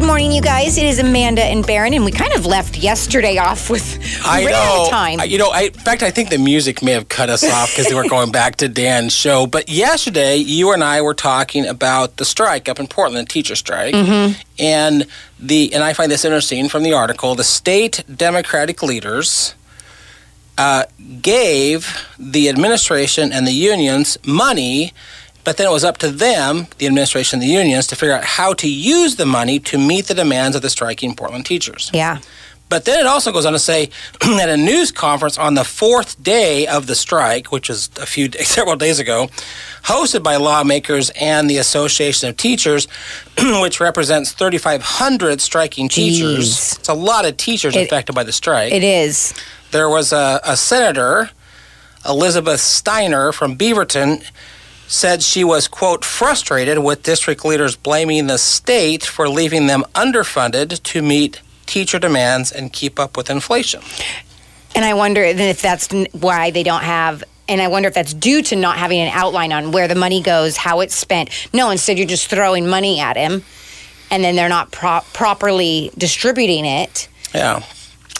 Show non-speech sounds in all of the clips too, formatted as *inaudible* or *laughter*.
morning, you guys. It is Amanda and Baron, and we kind of left yesterday off with I rare know. time. I- You know, I, in fact, I think the music may have cut us off because they were going back to Dan's show. But yesterday, you and I were talking about the strike up in Portland, the teacher strike, and the and I find this interesting from the article. The state Democratic leaders uh, gave the administration and the unions money. But then it was up to them, the administration and the unions, to figure out how to use the money to meet the demands of the striking Portland teachers. yeah. But then it also goes on to say *clears throat* at a news conference on the fourth day of the strike, which was a few *laughs* several days ago, hosted by lawmakers and the Association of Teachers, *clears throat* which represents 3,500 striking teachers. Jeez. It's a lot of teachers It- affected by the strike. It is. there was a, a senator, Elizabeth Steiner from Beaverton. Said she was, quote, frustrated with district leaders blaming the state for leaving them underfunded to meet teacher demands and keep up with inflation. And I wonder then if that's n- why they don't have. And I wonder if that's due to not having an outline on where the money goes, how it's spent. No, instead you're just throwing money at him, and then they're not pro- properly distributing it. Yeah.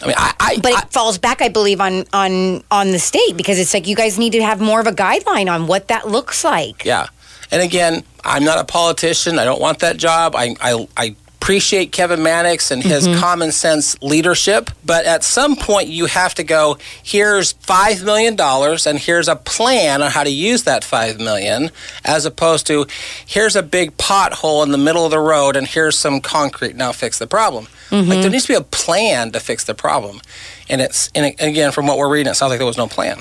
I mean, I, I, But it I- falls back, I believe, on on on the state because it's like you guys need to have more of a guideline on what that looks like. yeah. And again, I'm not a politician. I don't want that job. I, I, I appreciate Kevin Mannix and his common sense leadership. But at some point, you have to go, here's $5 million and here's a plan on how to use that $5 million, as opposed to here's a big pothole in the middle of the road and here's some concrete. Now fix the problem. Like, there needs to be a plan to fix the problem. And it's, and again, from what we're reading, it sounds like there was no plan.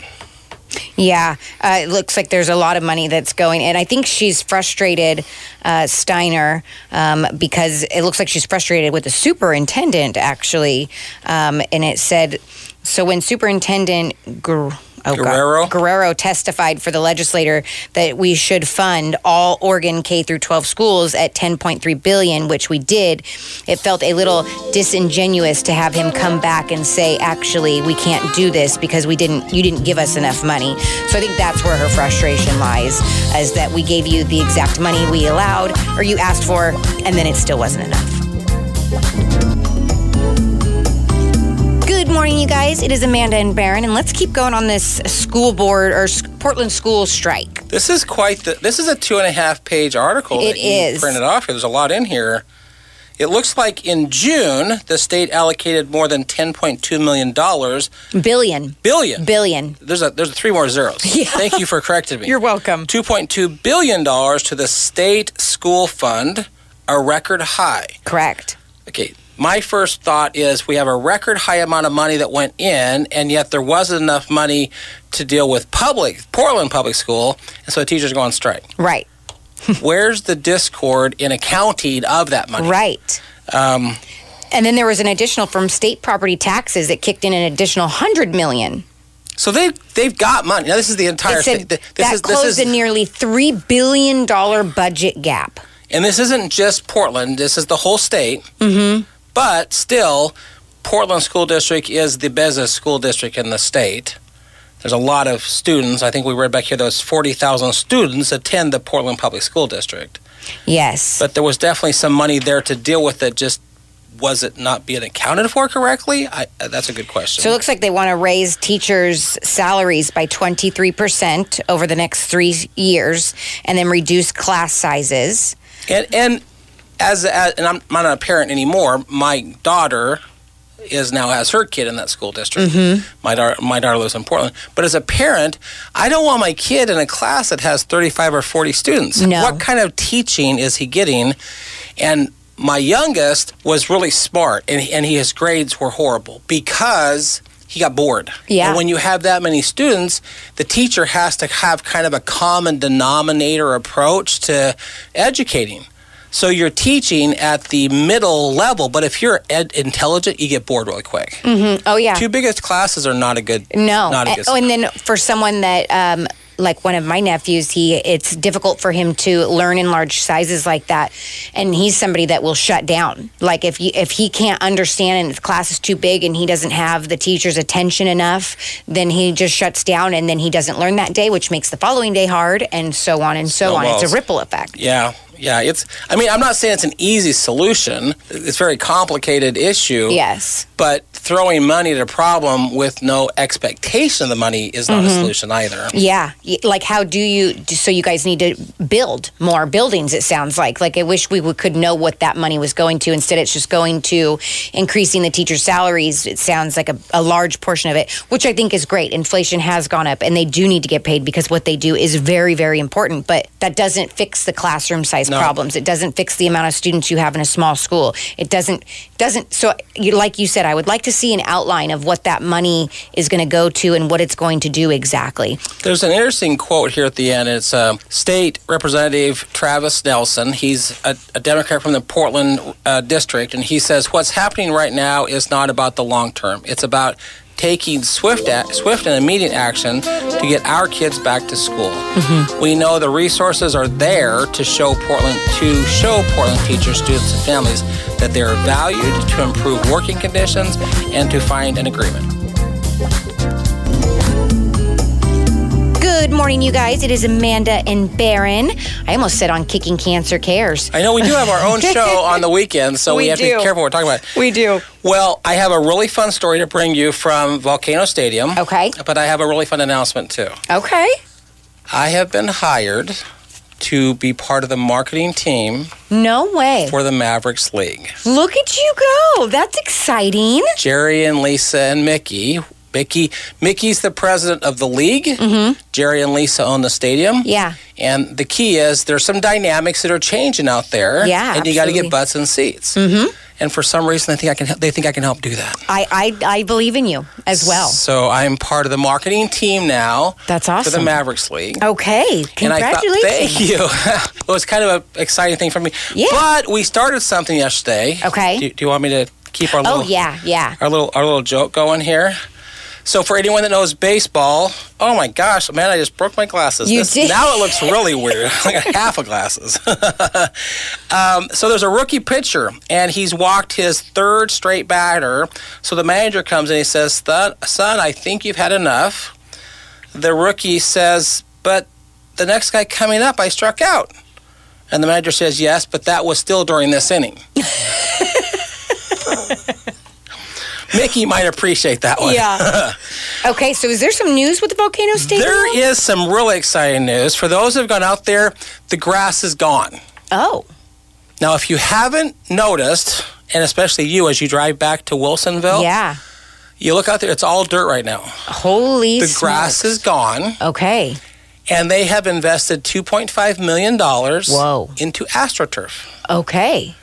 Yeah, uh, it looks like there's a lot of money that's going, and I think she's frustrated, uh, Steiner, um, because it looks like she's frustrated with the superintendent actually, um, and it said, so when superintendent. Guer- Oh, God. Guerrero? Guerrero testified for the legislator that we should fund all Oregon K through 12 schools at 10.3 billion, which we did. It felt a little disingenuous to have him come back and say, "Actually, we can't do this because we didn't you didn't give us enough money." So I think that's where her frustration lies, is that we gave you the exact money we allowed or you asked for and then it still wasn't enough. Good morning, you guys. It is Amanda and Baron, and let's keep going on this school board or s- Portland school strike. This is quite the. This is a two and a half page article It that you is. printed off here. There's a lot in here. It looks like in June the state allocated more than 10.2 million dollars Billion, billion. billion. there's a there's three more zeros. *laughs* Thank you for correcting me. welcome. 2.2 billion dollars to the state school fund, a record high. Correct. Okay, my first thought is we have a record high amount of money that went in, and yet there wasn't enough money to deal with public Portland public school, and so the teachers go on strike. Right. Where's the discord in accounting of that money? Right. Um, And then there was an additional from state property taxes that kicked in an additional hundred million. so they they've got money. Now this is the entire It said thing. Th- This that is this closed a is nearly three billion dollar budget gap. and this isn't just Portland. This is the whole state. Mm-hmm. But still, Portland School District is the busiest school district in the state. There's a lot of students. I think we read back here those forty thousand students attend the Portland Public School District. Yes. But there was definitely some money there to deal with that just was it not being accounted for correctly? I, uh, that's a good question. So it looks like they want to raise teachers' salaries by 23% over the next three years and then reduce class sizes. And and as, as and I'm not a parent anymore. My daughter is now has her kid in that school district. My daughter my daughter lives in Portland. But as a parent, I don't want my kid in a class that has 35 or 40 students. No. What kind of teaching is he getting? And my youngest was really smart, and and his grades were horrible because. He got bored. Yeah. And when you have that many students, the teacher has to have kind of a common denominator approach to educating. So you're teaching at the middle level, but if you're ed- intelligent, you get bored really quick. Oh, yeah. Two biggest classes are not a good. No. not a And- good. oh, and then for someone that, um, like one of my nephews, he it's difficult for him to learn in large sizes like that, and he's somebody that will shut down. Like if you, if he can't understand and the class is too big and he doesn't have the teacher's attention enough, then he just shuts down and then he doesn't learn that day, which makes the following day hard, and so on and so on. It's Snowballs. a ripple effect. yeah, Yeah, it's. I mean, I'm not saying it's an easy solution. It's a very complicated issue. Yes. But throwing money at a problem with no expectation of the money is not a solution either. Yeah. Y- Like, how do you? So, you guys need to build more buildings, it sounds like. Like, I wish we would, could know what that money was going to. Instead, it's just going to increasing the teachers' salaries. It sounds like a, a large portion of it, which I think is great. Inflation has gone up, and they do need to get paid because what they do is very, very important. But that doesn't fix the classroom size problems. It doesn't fix the amount of students you have in a small school. It doesn't, doesn't. So, you, like you said, I would like to see an outline of what that money is going to go to and what it's going to do exactly. There's an interesting quote here at the end. It's uh, State Representative Travis Nelson. He's a, a Democrat from the Portland uh, district, and he says, "What's happening right now is not about the long term. It's about taking swift, a- swift and immediate action to get our kids back to school. We know the resources are there to show Portland to show Portland teachers, students, and families that they are valued, to improve working conditions, and to find an agreement." Good morning, you guys. It is Amanda and Barron. I almost said on Kicking Cancer Cares. I know we do have our *laughs* own show on the weekend, so we, We have to do. be careful what we're talking about. We do. Well, I have a really fun story to bring you from Volcano Stadium. Okay. But I have a really fun announcement too. Okay. I have been hired to be part of the marketing team No way. for the Mavericks League. Look at you go. That's exciting. Jerry and Lisa and Mickey. Mickey Mickey's the president of the league. Jerry and Lisa own the stadium. Mm-hmm. Yeah. And the key is there's some dynamics that are changing out there. Yeah, And you got to absolutely. get butts and seats. Mm-hmm. And for some reason, they think I can. They think I can help do that. I, I, I believe in you as well. So I'm part of the marketing team now. That's For the awesome. Mavericks League. Okay. And I thought, Congratulations. thank you. *laughs* it was kind of an exciting thing for me. Yeah. But we started something yesterday. Okay. Do, do you want me to keep our oh, little, yeah. Yeah. our little our little joke going here? So for anyone that knows baseball, oh my gosh, man, I just broke my glasses. You This- did. Now it looks really weird. *laughs* like a half a glasses. *laughs* um, so there's a rookie pitcher, and he's walked his third straight batter. So the manager comes and he says, "Th- "Son, I think you've had enough." The rookie says, "But the next guy coming up, I struck out." And the manager says, "Yes, but that was still during this inning." Mickey might appreciate that one. Yeah. *laughs* okay. So, is there some news with the Volcano Stadium? There is some really exciting news. For those who have gone out there, the grass is gone. Oh. Now, if you haven't noticed, and especially you as you drive back to Wilsonville, Yeah. you look out there, it's all dirt right now. Holy The grass is gone, Okay. and they have invested $2.5 million Whoa. into AstroTurf. Okay.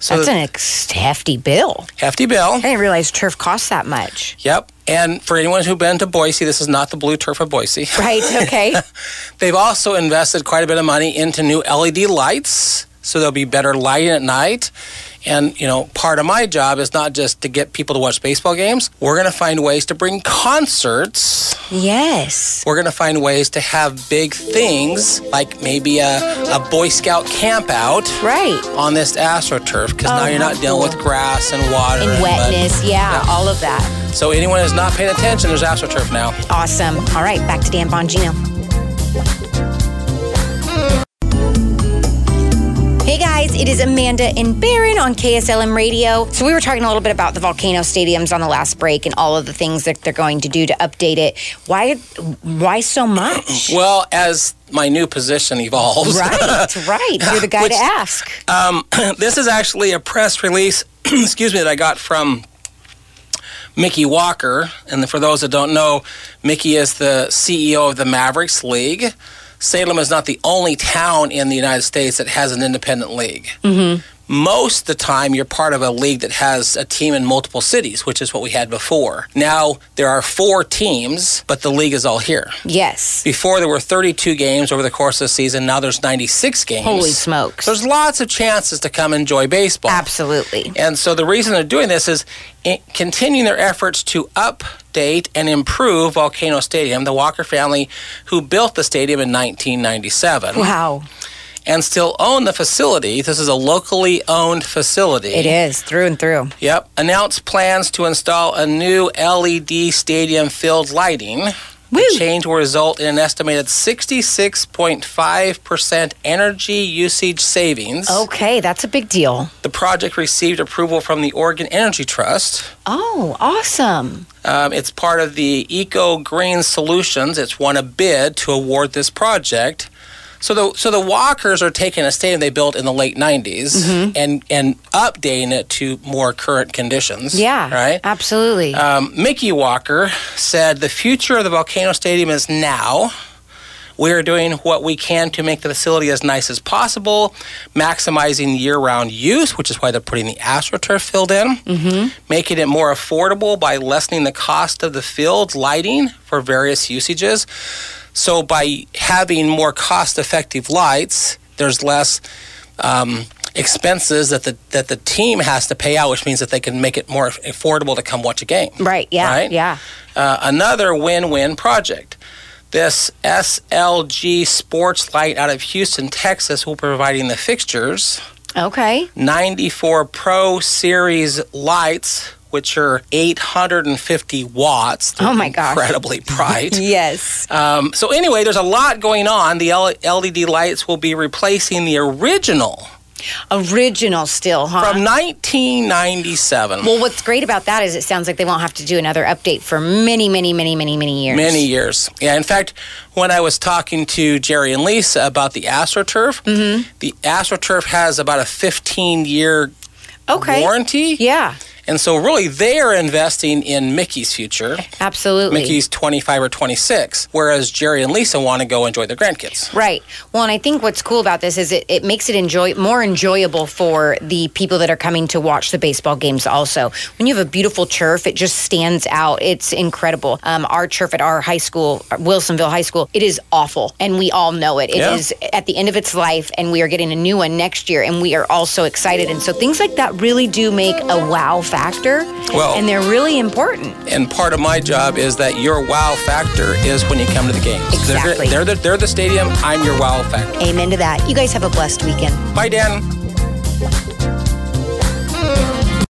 So That's an ex- hefty bill. hefty bill. I didn't realize turf costs that much. Yep. And for anyone who's been to Boise, this is not the blue turf of Boise. *laughs* Right. Okay. They've also invested quite a bit of money into new LED lights, so there'll be better lighting at night. And, you know, part of my job is not just to get people to watch baseball games. We're going to find ways to bring concerts. *laughs* yes. We're going to find ways to have big things, like maybe a, a Boy Scout camp out Right. on this AstroTurf, because Oh, now you're how not dealing with cool. grass and water and mud. wetness. Yeah, all of that. So, anyone who's not paying attention, there's AstroTurf now. Awesome. All right, back to Dan Bongino. Hey guys, it is Amanda and Barron on KSLM Radio. So we were talking a little bit about the volcano stadiums on the last break and all of the things that they're going to do to update it. Why why so much? Well, as my new position evolves, *laughs* um, right, right. You're the guy to ask. *clears throat* this is actually a press release, *clears throat* excuse me, that I got from Mickey Walker. And for those that don't know, Mickey is the CEO of the Mavericks League. Salem is not the only town in the United States that has an independent league. Most of the time, you're part of a league that has a team in multiple cities, which is what we had before. Now there are four teams, but the league is all here. Yes. Before there were 32 games over the course of the season. Now there's 96 games. Holy smokes. There's lots of chances to come enjoy baseball. Absolutely. And so the reason they're doing this is in- continuing their efforts to update and improve Volcano Stadium, the Walker family who built the stadium in 1997 Wow. and still own the facility. This is a locally owned facility. It is through and through. Yep. Announced plans to install a new LED stadium filled E lighting. The change will result in an estimated 66.5% energy usage savings. Okay, that's a big deal. The project received approval from the Oregon Energy Trust. Oh, awesome. Um, it's part of the Eco Green Solutions. It's won a bid to award this project. So the so the Walkers are taking a stadium they built in the late 90s and and updating it to more current conditions. Yeah. Right. Absolutely. Um, Mickey Walker said, The future of the Volcano Stadium is now. We are doing what we can to make the facility as nice as possible, maximizing year round use, which is why they're putting the AstroTurf field in, mm-hmm. making it more affordable by lessening the cost of the field lighting for various usages. So, by having more cost effective lights, there's less um, expenses that the that the team has to pay out, which means that they can make it more affordable to come watch a game. right. Yeah. right? Yeah. Uh, another win-win project. This SLG Sports Light out of Houston, Texas, will be providing the fixtures. Okay. 94 Pro Series lights, which are 850 watts. They're Oh my gosh. *laughs* Incredibly bright. Yes. Um, so anyway, there's a lot going on. The L- LED lights will be replacing the original Original still, huh? from 1997. well, what's great about that is it sounds like they won't have to do another update for many, many, many, many, many years. Many years. Yeah, in fact, when I was talking to Jerry and Lisa about the AstroTurf, Mm-hmm. the AstroTurf has about a 15 year Okay. warranty. Yeah. And so, really, they are investing in Mickey's future. Absolutely. Mickey's 25 or 26, whereas Jerry and Lisa want to go enjoy their grandkids. Right. Well, and I think what's cool about this is it, it makes it enjoy more enjoyable for the people that are coming to watch the baseball games. Also, when you have a beautiful turf, it just stands out. It's incredible. Um, our turf at our high school, Wilsonville High School, it is awful, and we all know it. It is Yeah. at the end of its life, and we are getting a new one next year, and we are all so excited. And so things like that really do make a wow factor, Well- and they're really important. And part of my job is that your wow factor is when you come to the games. Exactly. They're, they're, the, they're the stadium, I'm your wow factor. Amen to that. You guys have a blessed weekend. Bye, Dan.